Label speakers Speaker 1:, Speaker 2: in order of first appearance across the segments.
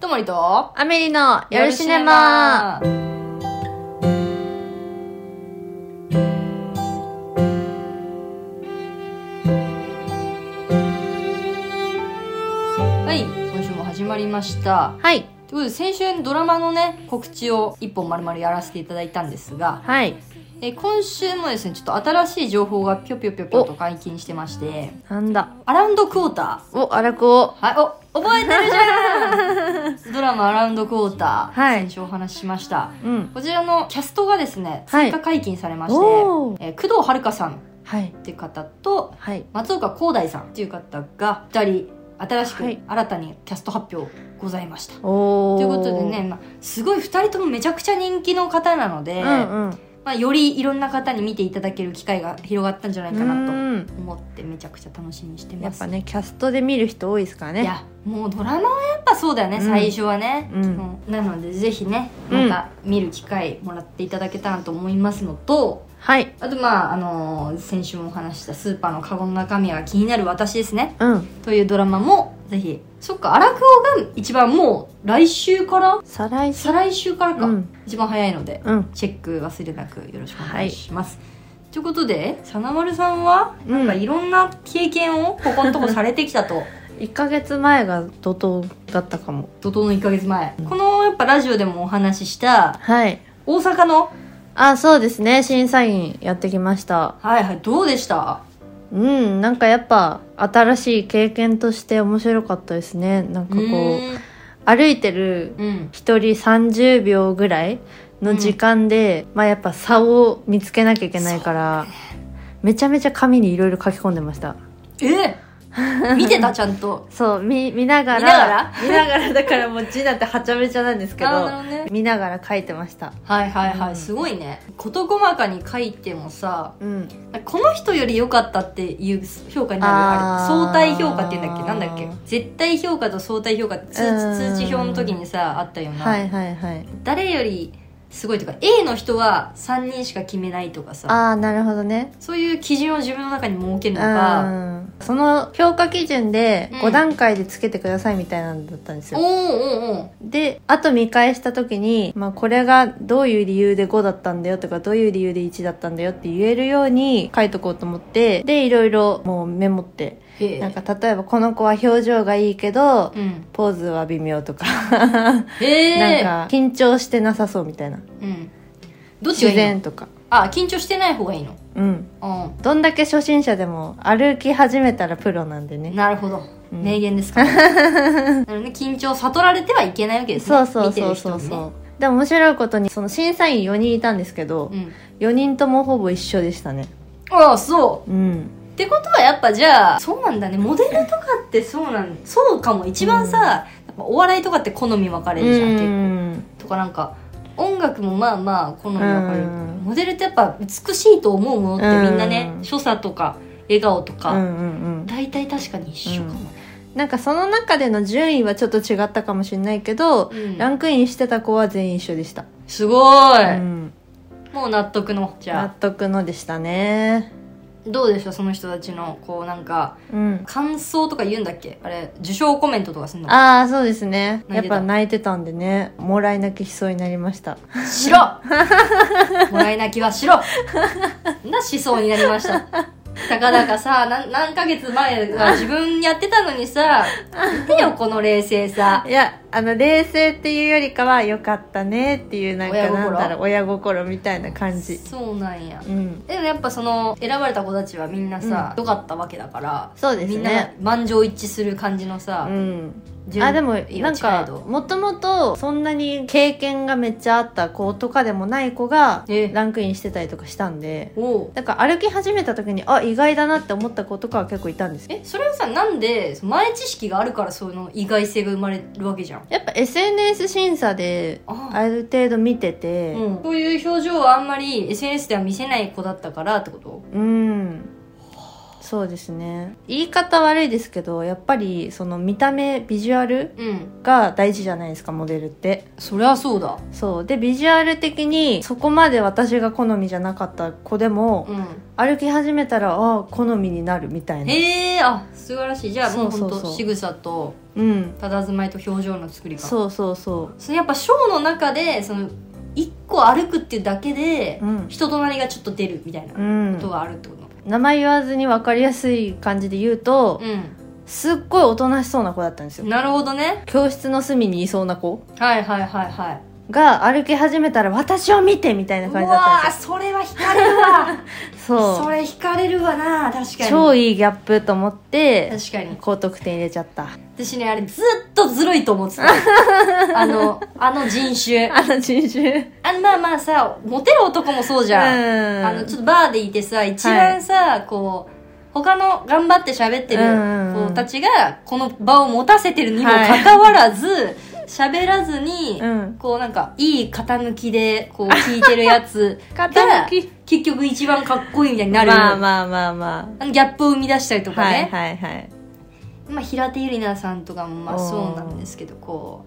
Speaker 1: 森と
Speaker 2: アメリの夜シネマ
Speaker 1: はい今週も始まりました
Speaker 2: は
Speaker 1: とい
Speaker 2: い
Speaker 1: うことで先週ドラマのね告知を一本丸々やらせていただいたんですが
Speaker 2: はい
Speaker 1: え今週もですねちょっと新しい情報がぴょぴょぴょぴょと解禁してまして
Speaker 2: なんだ
Speaker 1: アラウンドクォータ
Speaker 2: お荒子を
Speaker 1: ーはいお覚えてるじゃ んドラマ「アラウンドクォーター」
Speaker 2: はい
Speaker 1: 先週お話ししました
Speaker 2: うん
Speaker 1: こちらのキャストがですね
Speaker 2: はい
Speaker 1: 追加解禁されまして、
Speaker 2: おー
Speaker 1: えー工藤遥香さんっ
Speaker 2: はい
Speaker 1: て方と
Speaker 2: はい
Speaker 1: 松岡広大さんっていう方が2人新しく、
Speaker 2: はい
Speaker 1: 新たにキャスト発表ございましたと
Speaker 2: おお
Speaker 1: いうことでね、まあ、すごい2人ともめちゃくちゃ人気の方なので、
Speaker 2: うんうん
Speaker 1: まあ、よりいろんな方に見ていただける機会が広がったんじゃないか
Speaker 2: う
Speaker 1: なと
Speaker 2: ん
Speaker 1: 思ってめちゃくちゃ楽しみにして
Speaker 2: や
Speaker 1: ま
Speaker 2: っ
Speaker 1: す
Speaker 2: ぱねキャストで見る人多いですからね
Speaker 1: いやもうドラマはやっぱそうだよね、
Speaker 2: うん
Speaker 1: 最初はね、
Speaker 2: うん
Speaker 1: うなのでぜひね
Speaker 2: う
Speaker 1: ま
Speaker 2: ん
Speaker 1: た見る機会もらっていただけたらと思いますのと、
Speaker 2: はい
Speaker 1: あとまああのー先週もお話ししたスーパーのカゴの中身が気になる私ですね
Speaker 2: うん
Speaker 1: というドラマもぜひそっか荒久保が一番もう来週から
Speaker 2: 再来週
Speaker 1: 再来週からか、
Speaker 2: うん
Speaker 1: 一番早いので
Speaker 2: うん
Speaker 1: チェック忘れなくよろしくお願いします、ということでさなまるさんは
Speaker 2: う
Speaker 1: なん
Speaker 2: ん
Speaker 1: かいろんな経験をここのとこされてきたと
Speaker 2: 1ヶ月前が怒涛だったかも
Speaker 1: 怒涛の1ヶ月前、このやっぱラジオでもお話しした
Speaker 2: はい
Speaker 1: 大阪の
Speaker 2: あそうですね審査員やってきました
Speaker 1: はいはいどうでした
Speaker 2: うんなんかやっぱ新しい経験として面白かったですねなんかこう歩いてる
Speaker 1: うーんうん
Speaker 2: 一人30秒ぐらいの時間で、まあやっぱ差を見つけなきゃいけないから、めちゃめちゃ紙にいろいろ書き込んでました
Speaker 1: え見てたちゃんと
Speaker 2: そう見見なが
Speaker 1: 見ながら
Speaker 2: ら 見ながらだからもう字なんてはちゃめちゃなんです け
Speaker 1: あー
Speaker 2: ど
Speaker 1: なるほどね
Speaker 2: 見ながら書いてました
Speaker 1: はいはいはい、
Speaker 2: うん
Speaker 1: すごいね事細かに書いてもさ
Speaker 2: うん
Speaker 1: この人より良かったっていう評価になるあれ
Speaker 2: あー
Speaker 1: 相対評価っていうんだっけなんだっけ絶対評価と相対評価って通
Speaker 2: うん
Speaker 1: 通知表の時にさあったよな、
Speaker 2: はいはいはい
Speaker 1: 誰よりすごいとか A の人は3人しか決めないとかさ
Speaker 2: ああなるほどね
Speaker 1: そういう基準を自分の中に設ける
Speaker 2: う
Speaker 1: のか、
Speaker 2: んその評価基準で
Speaker 1: うん
Speaker 2: 5段階でつけてくださいみたいなのだったんです
Speaker 1: お
Speaker 2: よ、
Speaker 1: ーおーおー
Speaker 2: で、あと見返した時に、まあこれがどういう理由で5だったんだよとか、どういう理由で1だったんだよって言えるように書いとこうと思って、で、いろいろもうメモって。
Speaker 1: へえ
Speaker 2: なんか例えばこの子は表情がいいけど、
Speaker 1: うん
Speaker 2: ポーズは微妙とか、
Speaker 1: へえ
Speaker 2: なんか緊張してなさそうみたいな。
Speaker 1: うんどっちが
Speaker 2: 自
Speaker 1: いいの
Speaker 2: 然とか。
Speaker 1: あ緊張してない方がいいの
Speaker 2: うん。
Speaker 1: う
Speaker 2: どんだけ初心者でも歩き始めたらプロなんで
Speaker 1: ん
Speaker 2: ね。
Speaker 1: なるほど、
Speaker 2: うん
Speaker 1: 名言ですから なので緊張を悟られてはいけないわけですね
Speaker 2: そうそうそうそう
Speaker 1: 見てる人
Speaker 2: そ
Speaker 1: も
Speaker 2: う。でも面白いことに、その審査員4人いたんですけど、
Speaker 1: ね、うん、
Speaker 2: 4人ともほぼ一緒でしたね。
Speaker 1: ああそう
Speaker 2: うん。
Speaker 1: ってことはやっぱじゃあそうなんだねモデルとかってそうなんそうかも一番さ、やっぱお笑いとかって好み分かれるじゃん、結
Speaker 2: ん
Speaker 1: 構とかなんか音楽もまあまあ好み分かれる、
Speaker 2: うん
Speaker 1: モデルってやっぱ美しいと思うものってみんなね、
Speaker 2: うん
Speaker 1: 所作とか笑顔と
Speaker 2: うんう
Speaker 1: か、
Speaker 2: んうん、
Speaker 1: 大体確かに一緒かもね、
Speaker 2: なんかその中での順位はちょっと違ったかもしれないけど、
Speaker 1: うん
Speaker 2: ランクインしてた子は全員一緒でした、
Speaker 1: すごい、
Speaker 2: うん
Speaker 1: もう納得のじ
Speaker 2: 納
Speaker 1: ゃ
Speaker 2: 得のでしたね
Speaker 1: あどうでしたその人たちのこうなんか
Speaker 2: うん
Speaker 1: 感想とか言うんだっけあれ受賞コメントとかするの
Speaker 2: ああそうですね
Speaker 1: 泣い
Speaker 2: やって
Speaker 1: た
Speaker 2: ぱ泣いてたんでねもらい泣きしそうになりました
Speaker 1: しろ もらい泣きはしろなしそうになりましたたかだかさなん何ヶ月前は自分やってたのにさ 見てよこの冷静さ
Speaker 2: いやあの冷静っていうよりかは良かったねっていうなんか
Speaker 1: 親心
Speaker 2: なんだろう親心みたいな感じ
Speaker 1: そうなんや
Speaker 2: うん
Speaker 1: でもやっぱその選ばれた子たちはみんなさ、良かったわけだから
Speaker 2: そうですね
Speaker 1: みんな満場一致する感じのさ
Speaker 2: う、ん
Speaker 1: 順
Speaker 2: あでも
Speaker 1: 位
Speaker 2: な
Speaker 1: は
Speaker 2: ん
Speaker 1: 近い
Speaker 2: か
Speaker 1: と
Speaker 2: もともとそんなに経験がめっちゃあった子とかでもない子が
Speaker 1: ええ
Speaker 2: ランクインしてたりとかしたんで
Speaker 1: おう
Speaker 2: なんか歩き始めた時にあ意外だなって思った子とかは結構いたんですよ
Speaker 1: えそれはさなんでその前知識があるからその意外性が生まれるわけじゃん
Speaker 2: やっぱ SNS 審査で
Speaker 1: あ
Speaker 2: ある程度見てて
Speaker 1: うん、こういう表情はあんまり SNS では見せない子だったからってこと
Speaker 2: うん、そうですね言い方悪いですけどやっぱりその見た目ビジュアル
Speaker 1: うん
Speaker 2: が大事じゃないですかモデルって
Speaker 1: そりゃそうだ
Speaker 2: そうでビジュアル的にそこまで私が好みじゃなかった子でも、
Speaker 1: う
Speaker 2: 歩き始めたらああ好みになるみたい
Speaker 1: ん
Speaker 2: な
Speaker 1: へえあ素晴らしいじゃあもう
Speaker 2: そ
Speaker 1: ほん
Speaker 2: うそうそう
Speaker 1: と仕草と
Speaker 2: うん
Speaker 1: 佇まいと表情の作り方
Speaker 2: そうそうそ
Speaker 1: それやっぱショーの中でその一個歩くっていうだけで
Speaker 2: ううん、
Speaker 1: 人となりがちょっと出るみたいな
Speaker 2: う
Speaker 1: こ
Speaker 2: ん
Speaker 1: と、があるってこと
Speaker 2: 名前言わずに分かりやすい感じで言うと、
Speaker 1: う
Speaker 2: すっごいおとなしそうな子だったんですよ、
Speaker 1: んなるほどね
Speaker 2: 教室の隅にいそうな子
Speaker 1: はいはいはいはい
Speaker 2: が歩き始めたら私を見てみたいな
Speaker 1: う
Speaker 2: 感じだった
Speaker 1: わ
Speaker 2: んで
Speaker 1: ーそれは惹かれるわ
Speaker 2: すよ
Speaker 1: そ
Speaker 2: そう
Speaker 1: れ惹かれるわな確かに
Speaker 2: 超いいギャップと思って
Speaker 1: 確かに
Speaker 2: 高得点入れちゃった
Speaker 1: 私ねあれずっとずるいと思って たあのあの人種
Speaker 2: あの人種
Speaker 1: あのまあまあさモテる男もそうじゃん、
Speaker 2: うん
Speaker 1: あのちょっとバーでいてさ一番さ、こう他の頑張って喋って
Speaker 2: うん
Speaker 1: る子たちがこの場を持たせてるにもかかわらず喋、らずに、
Speaker 2: うん
Speaker 1: こうなんかいい型抜きでこう聞いてるや つ
Speaker 2: 傾
Speaker 1: が
Speaker 2: き
Speaker 1: 結局一番かっこいいみたいになる、
Speaker 2: まあまあまあま
Speaker 1: あのギャップを生み出したりと
Speaker 2: あ
Speaker 1: かね、
Speaker 2: はいはいはい
Speaker 1: まあ、平手友梨奈さんとかもまあそうなんですけどこ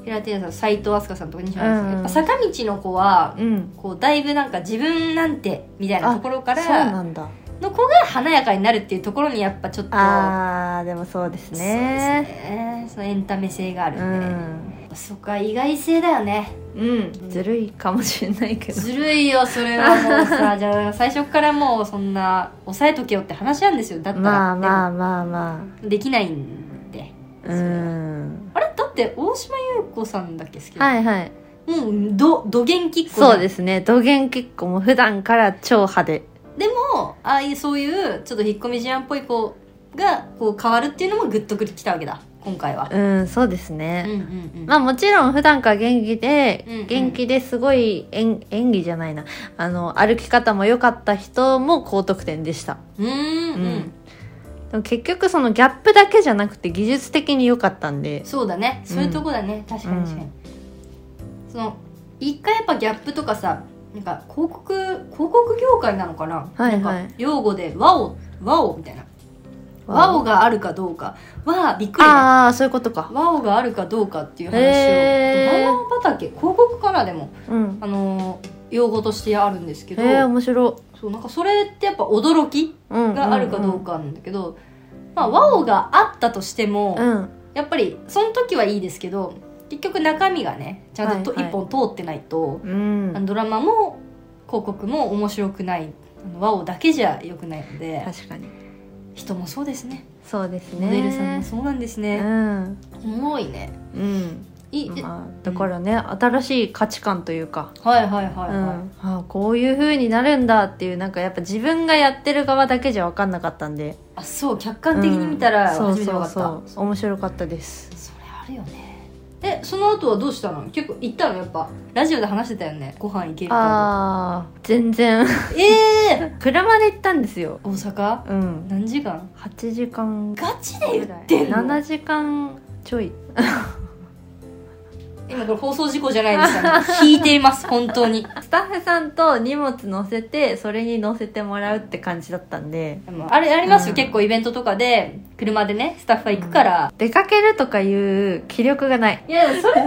Speaker 1: う平手友梨奈さん斎藤飛鳥さんとか西村さん、
Speaker 2: うん
Speaker 1: やっぱ坂道の子は
Speaker 2: うん
Speaker 1: こうだいぶなんか自分なんてみたいなところか
Speaker 2: そうな
Speaker 1: ら
Speaker 2: んだ
Speaker 1: の子が華やかになるっていうところにやっぱちょっと
Speaker 2: あーでもそうです
Speaker 1: そうです
Speaker 2: ね
Speaker 1: ねそのエンタメ性がある
Speaker 2: うん
Speaker 1: で、そっか意外性だよね
Speaker 2: ん、うん、ずるいかもしれないけど
Speaker 1: ずるいよそれはもう さじゃあ最初からもうそんな抑えとけよって話なんですよだったら、
Speaker 2: まあま
Speaker 1: あ、
Speaker 2: あまあま
Speaker 1: でもできないんで
Speaker 2: あうん
Speaker 1: あれだって大島優子さんだっけ好きなの
Speaker 2: はいはい
Speaker 1: もうどどげんきっこ
Speaker 2: そうですすね土幻結構もう普段から超派手
Speaker 1: でもああいうそういうちょっと引っ込み思案っぽい子がこう変わるっていうのもグッとくるきたわけだ今回は、
Speaker 2: うんそうです
Speaker 1: うん、
Speaker 2: ね、
Speaker 1: うんうん
Speaker 2: まあもちろん普段から元気で、
Speaker 1: うんうん
Speaker 2: 元気ですごい演演技じゃないなあの歩き方も良かった人も高得点でした
Speaker 1: うーん、う
Speaker 2: うんん、でも結局そのギャップだけじゃなくて技術的に良かったんで
Speaker 1: そうだねそういうとこだね、確かに確かに、その一回やっぱギャップとかさなんか広告広告業界なのかな,、
Speaker 2: はいはい
Speaker 1: なんか用語で和を和をみたいな和をがあるかどうかはびっくりね
Speaker 2: ああそういうことか
Speaker 1: 和をがあるかどうかっていう話を
Speaker 2: へー
Speaker 1: 和を畑広告からでも
Speaker 2: うん
Speaker 1: あのー用語としてあるんですけ
Speaker 2: へ
Speaker 1: ど、
Speaker 2: え面白
Speaker 1: そうなんかそれってやっぱ驚き
Speaker 2: い、うん
Speaker 1: があるかどうかなんだけど、まあ、和音があったとしても、
Speaker 2: うん、うん
Speaker 1: やっぱりその時はいいですけど結局中身がねちゃんとと
Speaker 2: はい
Speaker 1: 一
Speaker 2: はい
Speaker 1: 本通ってないと、
Speaker 2: うん
Speaker 1: あのドラマも広告も面白くないあの和音だけじゃ良くないので
Speaker 2: 確かに
Speaker 1: 人もそうですね
Speaker 2: そうですね
Speaker 1: モデルさんもそうなんですね、
Speaker 2: うん
Speaker 1: 重いね
Speaker 2: うん
Speaker 1: いい、
Speaker 2: まあ、だからね、新しい価値観というか、
Speaker 1: はいはいはい
Speaker 2: うん
Speaker 1: は
Speaker 2: ああこういう風になるんだっていうなんかやっぱ自分がやってる側だけじゃ分かんなかったんで
Speaker 1: い、あそう客観的に見たら
Speaker 2: うん
Speaker 1: 初めて分かった、
Speaker 2: そうそうそう面白かったです
Speaker 1: それあるよねえその後はどうしたの結構行ったのやっぱラジオで話してたよねご飯行けるか
Speaker 2: ああ全然
Speaker 1: もええ
Speaker 2: 車で行ったんですよ
Speaker 1: ー、大阪
Speaker 2: うん
Speaker 1: 何時間
Speaker 2: 8時間
Speaker 1: ガチで言ってんの
Speaker 2: 7時間ちょい
Speaker 1: 今これ放送事故じゃないですからね引いています本当に
Speaker 2: スタッフさんと荷物乗せてそれに乗せてもらうって感じだったんで
Speaker 1: でもあれありますよ、
Speaker 2: うん
Speaker 1: 結構イベントとかで車でねスタッフが行くから、
Speaker 2: 出かけるとかいう気力がない
Speaker 1: いやそれはさ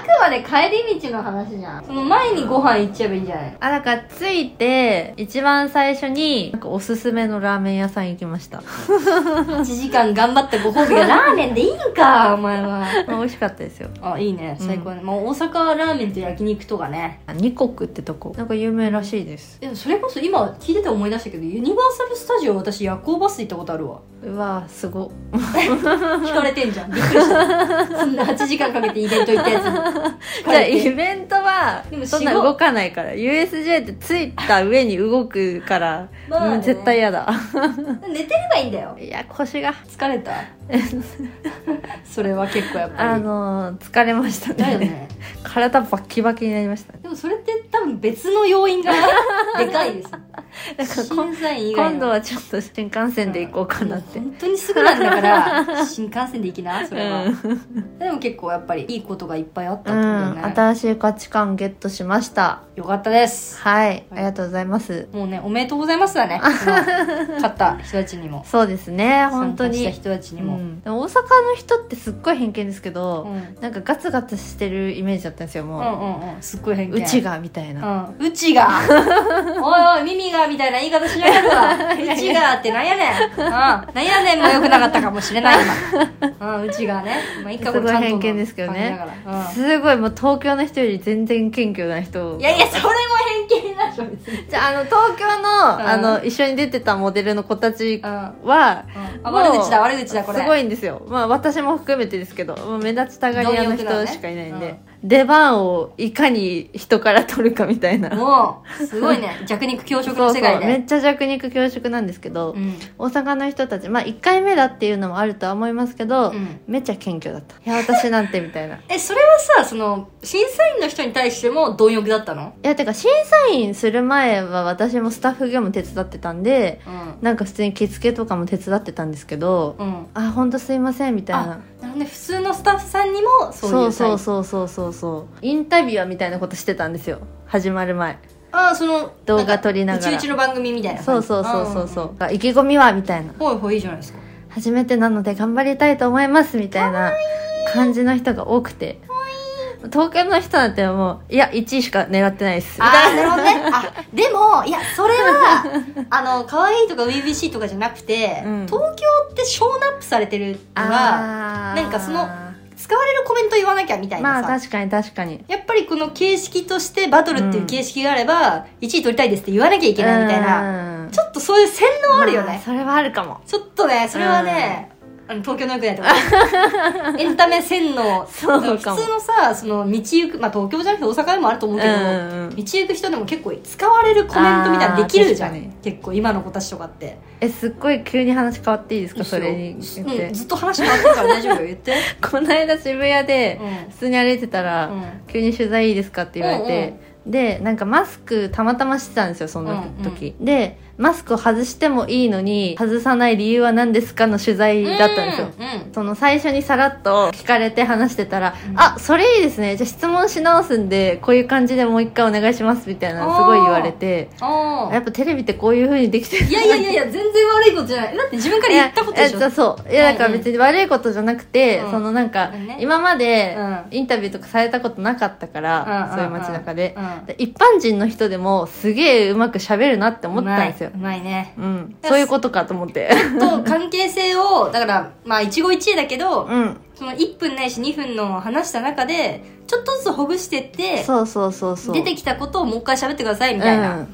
Speaker 1: あくまで帰り道の話じゃんその前にご飯行っちゃえばいいんじゃない
Speaker 2: あだから着いて一番最初になんかおすすめのラーメン屋さん行きました
Speaker 1: 8時間頑張ったご褒美がラーメンでいいんかお前は
Speaker 2: 美味しかったですよ
Speaker 1: あいいね
Speaker 2: うん
Speaker 1: 最高ね、もう大阪ラーメンと焼肉とかね
Speaker 2: 二国ってとこなんか有名らしいです
Speaker 1: でもそれこそ今聞いてて思い出したけどユニバーサル・スタジオ私夜行バス行ったことあるわ
Speaker 2: うわすご
Speaker 1: 聞かれてんじゃんびっくり したそんな8時間かけてイベント行ったや つに
Speaker 2: じゃあイベントは
Speaker 1: でも
Speaker 2: そんな
Speaker 1: 仕事
Speaker 2: 動かないから USJ って着いた上に動くから、
Speaker 1: まあね
Speaker 2: うん絶対嫌だ
Speaker 1: 寝てればいいんだよ
Speaker 2: いや腰が
Speaker 1: 疲れ たそれは結構やっぱ
Speaker 2: あ
Speaker 1: り
Speaker 2: のー疲れました
Speaker 1: だ
Speaker 2: ね
Speaker 1: よね
Speaker 2: 体バッキバキになりました
Speaker 1: でもそれって多分別の要 因がでかいです
Speaker 2: だからこ
Speaker 1: 審査員以外の
Speaker 2: 今度はちょっと新幹線で行こうかなって
Speaker 1: もう本当にすぐなんだから 新幹線で行きなそれは、
Speaker 2: うん
Speaker 1: でも結構やっぱりいいことがいっぱいあったって
Speaker 2: う
Speaker 1: ことだよ
Speaker 2: ん、
Speaker 1: ね、
Speaker 2: 新しい価値観ゲットしました。
Speaker 1: よかったです
Speaker 2: はい、ありがとうございます。
Speaker 1: もうねおめでとうございますだ ねその勝った人たちにも
Speaker 2: そうですね、本当
Speaker 1: 参加した
Speaker 2: に。
Speaker 1: 人たち
Speaker 2: う
Speaker 1: にも、
Speaker 2: ん、でも大阪の人ってすっごい偏見ですけ
Speaker 1: うん、う
Speaker 2: ど、
Speaker 1: ん
Speaker 2: なんかガツガツしてるイメージだったんですよ、
Speaker 1: う
Speaker 2: も
Speaker 1: んうんすっごい偏
Speaker 2: う。
Speaker 1: 見
Speaker 2: うちがみたいな。
Speaker 1: うんうちがおいおい耳がみみたいな言い方しなか ったわうちがってなんやねん、うん、なんやねんもよくなかったかもしれない今、うん、うちがね、まあ、一回これちゃんと
Speaker 2: すごい偏見ですけどね
Speaker 1: 考えながら、
Speaker 2: すごいもう東京の人より全然謙虚な人
Speaker 1: うん、いやいやそれも偏見なんでしょ別に、うん、
Speaker 2: じゃああの東京の,、
Speaker 1: うん
Speaker 2: あの一緒に出てたモデルの子たち
Speaker 1: あ
Speaker 2: は、もう
Speaker 1: 悪口だ悪口だこれ
Speaker 2: すごいんですよまあ私も含めてですけどもう目立ちたがり屋の
Speaker 1: 貪欲
Speaker 2: 人
Speaker 1: なのね
Speaker 2: しかいないんで、
Speaker 1: うん
Speaker 2: 出番をいかに人から取るかみたいな
Speaker 1: もうすごい ね弱肉強食の世界
Speaker 2: そうそうめ
Speaker 1: で
Speaker 2: っちゃ弱肉強食なんですけど、
Speaker 1: うん
Speaker 2: 大阪の人たちまあ1回目だっていうのもあるとは思いますけど、
Speaker 1: うん
Speaker 2: めっちゃ謙虚だったいや私なんてみたい ない
Speaker 1: えそれはさその審査員の人に対しても貪欲だったの
Speaker 2: やてか審査員する前は私もスタッフ業務手伝ってたんで
Speaker 1: うん
Speaker 2: なんか普通に着付けとかも手伝ってたんですけど、
Speaker 1: うん
Speaker 2: あほんとすいませんみたい
Speaker 1: あ
Speaker 2: な
Speaker 1: なので普通のスタッフさんにもそういう
Speaker 2: そうそう
Speaker 1: う
Speaker 2: そうそうそうそうインタビュアーみたいなことしてたんですよ始まる前
Speaker 1: ああその
Speaker 2: 動画撮りながら
Speaker 1: うちうちの番組みたいな
Speaker 2: そ
Speaker 1: 感
Speaker 2: う
Speaker 1: じ
Speaker 2: そうそうそうそ
Speaker 1: んん
Speaker 2: うあ意気込みはみたいな
Speaker 1: ほいほいいいじゃないですか
Speaker 2: 初めてなので頑張りたいと思いますみたいな感じの人が多くて東京の人なんてもういや1位しか狙ってないですみた
Speaker 1: あ
Speaker 2: い
Speaker 1: ーな
Speaker 2: な
Speaker 1: るほどねあでもいやそれ はあの可愛いとか WBC とかじゃなくて、
Speaker 2: うん
Speaker 1: 東京ってショーナップされてるのが
Speaker 2: あー
Speaker 1: なんかその使われるコメント言わなきゃみたい
Speaker 2: ま
Speaker 1: な
Speaker 2: あ
Speaker 1: さ、
Speaker 2: 確かに確かに
Speaker 1: やっぱりこの形式としてバトルっていう形式があれば、1位取りたいですって言わなきゃいけないみたいな、
Speaker 2: な
Speaker 1: ちょっとそういう洗脳あるよね、
Speaker 2: それはあるかも
Speaker 1: ちょっとねそれはね、あの東京の良くないと 思うエンタメ洗脳
Speaker 2: そうかも
Speaker 1: 普通のさその道行くまあ東京じゃなくて大阪でもあると思うけど、
Speaker 2: うんうんうん
Speaker 1: 道行く人でも結構使われるコメントみたいなのできるじゃ
Speaker 2: あー確
Speaker 1: ん
Speaker 2: か
Speaker 1: 結構今の子たちとかって
Speaker 2: えすっごい急に話変わっていいですかそれに
Speaker 1: う
Speaker 2: 言
Speaker 1: ん
Speaker 2: って、
Speaker 1: ずっと話変わってるから大丈夫よ言って
Speaker 2: この間渋谷で
Speaker 1: うん
Speaker 2: 普通に歩いてたら、
Speaker 1: うん
Speaker 2: 急に取材いいですかって言われて、でなんかマスクたまたましてたんですよその時、でマスクを外してもいいのに外さない理由は何ですかの取材だったんですよ、
Speaker 1: うんうん
Speaker 2: その最初にさらっと聞かれて話してたら「
Speaker 1: うん
Speaker 2: あそれいいですねじゃあ質問し直すんでこういう感じでもう一回お願いします」みたいなのすごい言われて
Speaker 1: あー
Speaker 2: やっぱテレビってこういう風にできてる
Speaker 1: いやいやいやいや全然悪いことじゃないだって自分から言ったことでしょ
Speaker 2: いやいやそういやだから別に悪いことじゃなくて、
Speaker 1: うん
Speaker 2: そのなんか、
Speaker 1: うんね
Speaker 2: 今まで
Speaker 1: うん
Speaker 2: インタビューとかされたことなかったから、
Speaker 1: うん
Speaker 2: そういう街中で,、
Speaker 1: うん
Speaker 2: で一般人の人でもすげえうまく喋るなって思ったんですよ
Speaker 1: う、まいうまいね
Speaker 2: うん、そういうことかと 思って
Speaker 1: と関係性をだからまあ一期一会だけど、
Speaker 2: うん
Speaker 1: その1分ないし2分の話した中でちょっとずつほぐしてって
Speaker 2: そうそうそうそう
Speaker 1: 出て
Speaker 2: き
Speaker 1: きたことをもう一回喋ってくださいみたいな、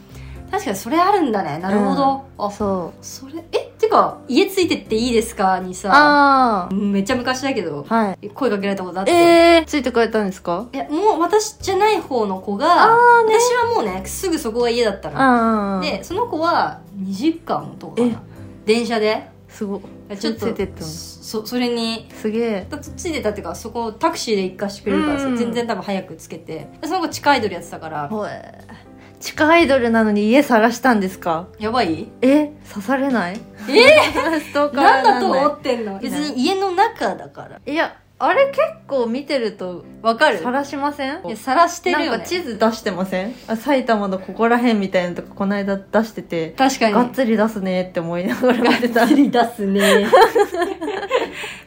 Speaker 1: 確かにそれあるんだねなるほど、あ
Speaker 2: そう
Speaker 1: それえってか家ついてっていいですかにさ
Speaker 2: あ
Speaker 1: めっちゃ昔だけど
Speaker 2: あはい
Speaker 1: 声かけられたことあって、
Speaker 2: えー、ついてくれたんですか
Speaker 1: いやもう私じゃない方の子が、
Speaker 2: あーね
Speaker 1: 私はもうねすぐそこが家だった
Speaker 2: う
Speaker 1: の、
Speaker 2: んうん
Speaker 1: でその子は2時間とかかな電車です
Speaker 2: ご
Speaker 1: ちょっと
Speaker 2: ついてったの
Speaker 1: そそれに
Speaker 2: すげえ
Speaker 1: だとついてたっていうかそこタクシーで行かしてくれるからさ、
Speaker 2: うん
Speaker 1: 全然多分早くつけてでその子地下アイドルやってたから
Speaker 2: ほえ地下アイドルなのに家探したんですか
Speaker 1: やばい
Speaker 2: え刺されない
Speaker 1: え
Speaker 2: ストーカー
Speaker 1: なんだ
Speaker 2: に
Speaker 1: と
Speaker 2: なら
Speaker 1: 思
Speaker 2: な
Speaker 1: ってんの別に家の中だから
Speaker 2: いいやあれ結構見てると
Speaker 1: わかる
Speaker 2: さらしません
Speaker 1: いや晒してるよ、ね、
Speaker 2: なんか地図出してませんあ埼玉のここら辺みたいなとかこの間出してて
Speaker 1: 確かに
Speaker 2: がっつり出すねって思いながら見てた
Speaker 1: り出すね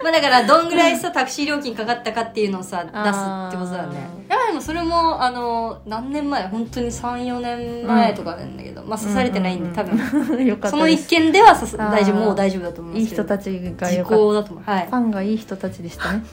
Speaker 1: まあだからどんぐらいさタクシー料金かかったかっていうのをさ出すってことだねいやでもそれもあの何年前本当に34年前とかなんだけど、まあ刺されてないんで、多分
Speaker 2: 分 よかっ
Speaker 1: そ
Speaker 2: た
Speaker 1: の
Speaker 2: で
Speaker 1: 一
Speaker 2: す
Speaker 1: 件では刺さ
Speaker 2: あー
Speaker 1: 大丈夫もう大丈夫だと思うん
Speaker 2: い
Speaker 1: で
Speaker 2: い
Speaker 1: すけど
Speaker 2: 人たちが
Speaker 1: 時
Speaker 2: よかっ
Speaker 1: 効だと思う、はい
Speaker 2: た、ファンがいい人たちでしたね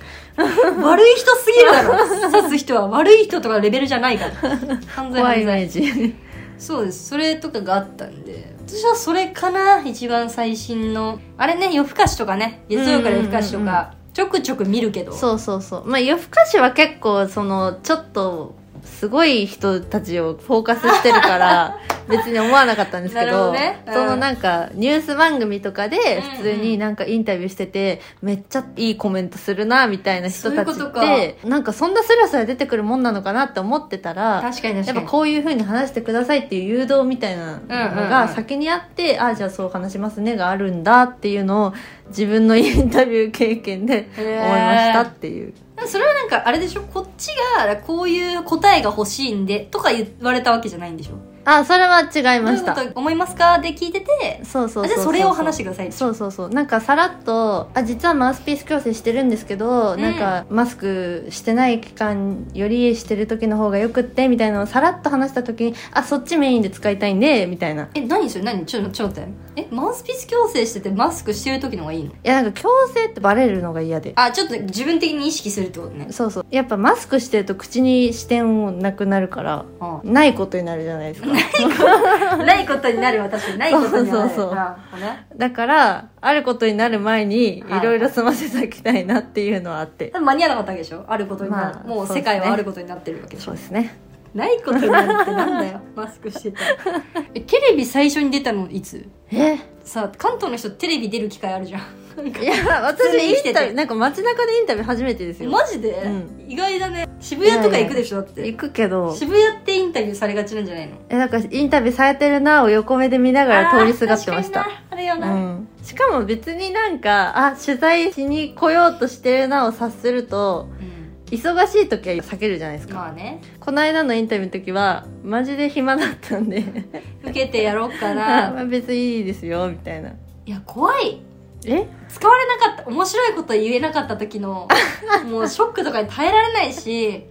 Speaker 1: 悪い人すぎるだろ刺す人は悪い人とかレベルじゃないから犯罪
Speaker 2: 怖い
Speaker 1: 犯
Speaker 2: イ
Speaker 1: 罪
Speaker 2: メージ
Speaker 1: そうですそれとかがあったんで私はそれかな一番最新のあれね夜更かしとかね月曜から夜更かしと
Speaker 2: うんうんうん
Speaker 1: かちょくちょく見るけど
Speaker 2: そうそうそうまあ夜更かしは結構そのちょっとすごい人たちをフォーカスしてるから 別に思わなかったんですけ
Speaker 1: なるほ
Speaker 2: ど
Speaker 1: どねうん
Speaker 2: そのなんかニュース番組とかで普通
Speaker 1: うんう
Speaker 2: に
Speaker 1: ん
Speaker 2: なんかインタビューしててめっちゃいいコメントするなみたいな人たち
Speaker 1: そういうこ
Speaker 2: ってなんかそんなスラスラ出てくるもんなのかなって思ってたら
Speaker 1: 確かに
Speaker 2: やっ
Speaker 1: 確か
Speaker 2: ぱ
Speaker 1: に
Speaker 2: こういう風に話してくださいっていう誘導みたいなの
Speaker 1: うんうん
Speaker 2: が
Speaker 1: うん
Speaker 2: 先にあって、ああじゃあそう話しますねがあるんだっていうのを自分のインタビュー経験で思いましたっていう。
Speaker 1: でもそれはなんかあれでしょこっちがこういう答えが欲しいんでとか言われたわけじゃないんでしょ
Speaker 2: あそれは違い
Speaker 1: どう
Speaker 2: ま
Speaker 1: いう
Speaker 2: し
Speaker 1: こ
Speaker 2: た
Speaker 1: と思いますかで聞いてて
Speaker 2: そうそうそう
Speaker 1: あじゃあそれを話してください
Speaker 2: そうそうそうなんかさらっと「あ実はマウスピース矯正してるんですけど、
Speaker 1: うん
Speaker 2: なんかマスクしてない期間よりしてる時の方がよくって」みたいなのをさらっと話した時に「あそっちメインで使いたいんで」みたいな。
Speaker 1: え何それ何ちょちょっと待ってえマウスピース矯正しててマスクしてる時の方がいいの
Speaker 2: いやなんか矯正ってバレるのが嫌で。
Speaker 1: あちょっと自分的に意識するってことね
Speaker 2: そうそうやっぱマスクしてると口に視点をなくなるから
Speaker 1: あ
Speaker 2: ないことになるじゃない ですか
Speaker 1: あないことになる私ないことにはなる
Speaker 2: そうそうそう
Speaker 1: ああね
Speaker 2: だからあることになる前にい
Speaker 1: はい
Speaker 2: ろいろ済ませておきたいなっていうのはあって、
Speaker 1: 多分間に合わなかったわけでしょあることになる、
Speaker 2: まあ
Speaker 1: もう世
Speaker 2: そうですね
Speaker 1: 界はあることになってるわけでしょ
Speaker 2: そうですね
Speaker 1: ないことになるってなんだよ マスク してたらえテレビ最初に出たのいつ
Speaker 2: え
Speaker 1: さあ関東の人テレビ出る機会あるじゃんなんか
Speaker 2: いや、
Speaker 1: 普通
Speaker 2: 私
Speaker 1: に
Speaker 2: イン
Speaker 1: 生きてて
Speaker 2: タビュー、なんか街中でインタビュー初めてです よ。
Speaker 1: マジで、
Speaker 2: う
Speaker 1: 意外だね渋谷とか行くでしょだって
Speaker 2: 行くけど、
Speaker 1: 渋谷ってインタビューされがちなんじゃないの
Speaker 2: え、なんかインタビューされてるなを横目で見ながら通りすがってまし
Speaker 1: あー
Speaker 2: た。
Speaker 1: 確かになあれよ
Speaker 2: う
Speaker 1: な、
Speaker 2: ん。しかも別になんか、あ、取材しに来ようとしてるなを察すると、
Speaker 1: うん
Speaker 2: 忙しい時は避けるじゃないですか。
Speaker 1: まあね
Speaker 2: この間のインタビューの時は、マジで暇だったんで、
Speaker 1: 受けてやろうか
Speaker 2: ま
Speaker 1: な
Speaker 2: あ別にいいですよ、みたいな。
Speaker 1: いや怖い
Speaker 2: え
Speaker 1: 使われなかった面白いこと言えなかった時 のもうショックとかに耐えられないし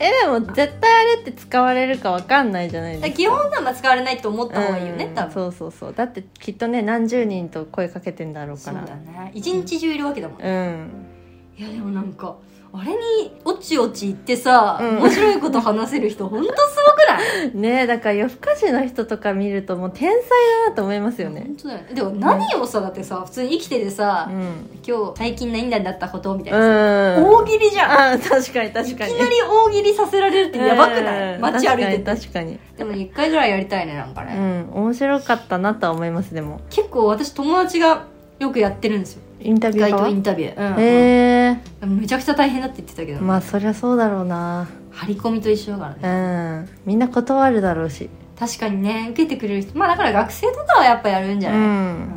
Speaker 2: え、でも絶対あれって使われるかわかんないじゃないですか。
Speaker 1: 基本はまあ使われないと思った方がいいよね、
Speaker 2: うん
Speaker 1: 多分
Speaker 2: そうそうそうだってきっとね何十人と声かけてんだろう
Speaker 1: そ
Speaker 2: か
Speaker 1: う
Speaker 2: ら
Speaker 1: だね一日中いるわけだもん、ね
Speaker 2: う
Speaker 1: い
Speaker 2: ん
Speaker 1: やでもなんかあれにおちおち言ってさ、
Speaker 2: うん
Speaker 1: 面白いこと話せる人ほんとす
Speaker 2: ねえだから夜更かしの人とか見るともう天才だなと思います
Speaker 1: ご
Speaker 2: よ
Speaker 1: いね
Speaker 2: ね
Speaker 1: 本当だよねでも何をさだってさ普通に生きててさ、
Speaker 2: うん
Speaker 1: 今日最近何々だったことみたいなさ、
Speaker 2: うん
Speaker 1: 大喜利じゃん
Speaker 2: あ確かに確かに
Speaker 1: いきなり大喜利させられるってやばくない、
Speaker 2: うん
Speaker 1: 街歩いてて
Speaker 2: 確かに
Speaker 1: でも1回ぐらいやりたいねなんか
Speaker 2: 確か
Speaker 1: ね、
Speaker 2: にうん面白かったなとは思いますでも
Speaker 1: 結構私友達がよくやってるんですよ
Speaker 2: インタビュ
Speaker 1: 街
Speaker 2: ー
Speaker 1: 頭
Speaker 2: が
Speaker 1: インタビュー、うん
Speaker 2: へえ
Speaker 1: でもめちゃくちゃ大変だって言ってたけど、
Speaker 2: まあそりゃそうだろうな
Speaker 1: 張り込みと一緒だからね
Speaker 2: うんみんな断るだろうし
Speaker 1: 確かにね受けてくれる人まあだから学生とかはやっぱやるんじ
Speaker 2: う
Speaker 1: ゃない、うん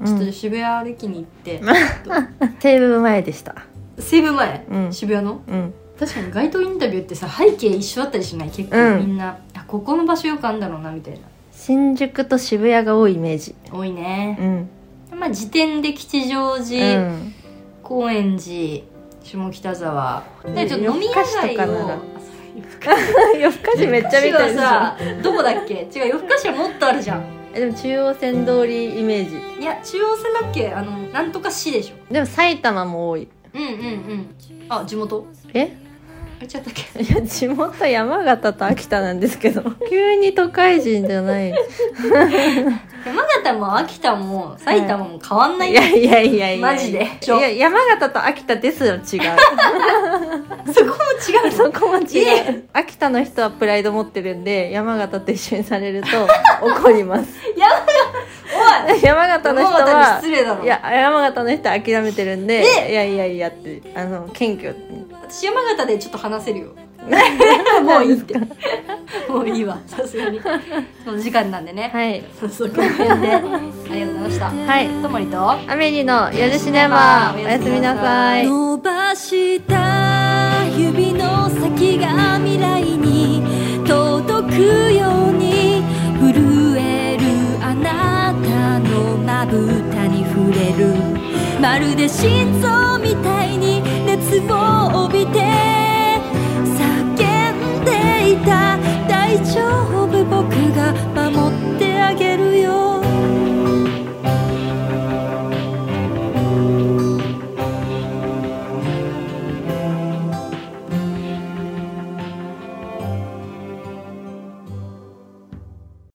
Speaker 2: ん
Speaker 1: ちょっ
Speaker 2: う
Speaker 1: と
Speaker 2: ん
Speaker 1: 渋谷歩きに行って、
Speaker 2: テーブル前でした
Speaker 1: セーブ前、
Speaker 2: うん
Speaker 1: 渋谷の
Speaker 2: うん
Speaker 1: 確かに街頭インタビューってさ背景一緒だったりしない結構
Speaker 2: う
Speaker 1: み
Speaker 2: ん
Speaker 1: んな、あここの場所よくあんだろうなみたいな
Speaker 2: 新宿と渋谷が多いイメージ
Speaker 1: 多いね、
Speaker 2: うん
Speaker 1: まあ時点で吉祥寺、
Speaker 2: うん
Speaker 1: 高円寺下北沢
Speaker 2: うん
Speaker 1: でちょっと飲み屋街を
Speaker 2: 夜更かしとかなら
Speaker 1: あ
Speaker 2: 夜更かしめっちゃ
Speaker 1: そう
Speaker 2: 見
Speaker 1: 夜更
Speaker 2: た
Speaker 1: か
Speaker 2: い
Speaker 1: し
Speaker 2: でし
Speaker 1: は
Speaker 2: ょ
Speaker 1: さどこだっけ違う夜更かしはもっとあるじゃん
Speaker 2: えでも中央線通りイメージ
Speaker 1: いや中央線だっけあのなんとか市でしょ
Speaker 2: でも埼玉も多い
Speaker 1: うんうんうんあ地元
Speaker 2: え
Speaker 1: あれちゃったっけ
Speaker 2: いや地元山形と秋田なんですけど 急に都会人じゃ ないい
Speaker 1: 山形も秋田も埼玉も変わんないよ、
Speaker 2: やいやいやいや
Speaker 1: マジで
Speaker 2: いや山形と秋田ですよ違う
Speaker 1: そこも違うの
Speaker 2: そこも違
Speaker 1: え
Speaker 2: う秋田の人はプライド持ってるんで山形と一緒にされると 怒ります
Speaker 1: おい
Speaker 2: 山形の人
Speaker 1: 山形に
Speaker 2: は
Speaker 1: 失礼だろ
Speaker 2: いや山形の人は諦めてるんでいやいやいやってあの謙虚に
Speaker 1: 私山形でちょっと話せる よもういいってもういいわさす がにその時間なんでね、
Speaker 2: はい
Speaker 1: そうそうごめんねありがとうございました
Speaker 2: はい
Speaker 1: ともりと
Speaker 2: アメリの夜シネマおやすみなさい
Speaker 3: 伸ばした指の先が未来に届くように震えるあなたのまぶたに触れるまるで心臓みたいに熱を帯びて叫んでいた大丈夫僕が守ってあげるよ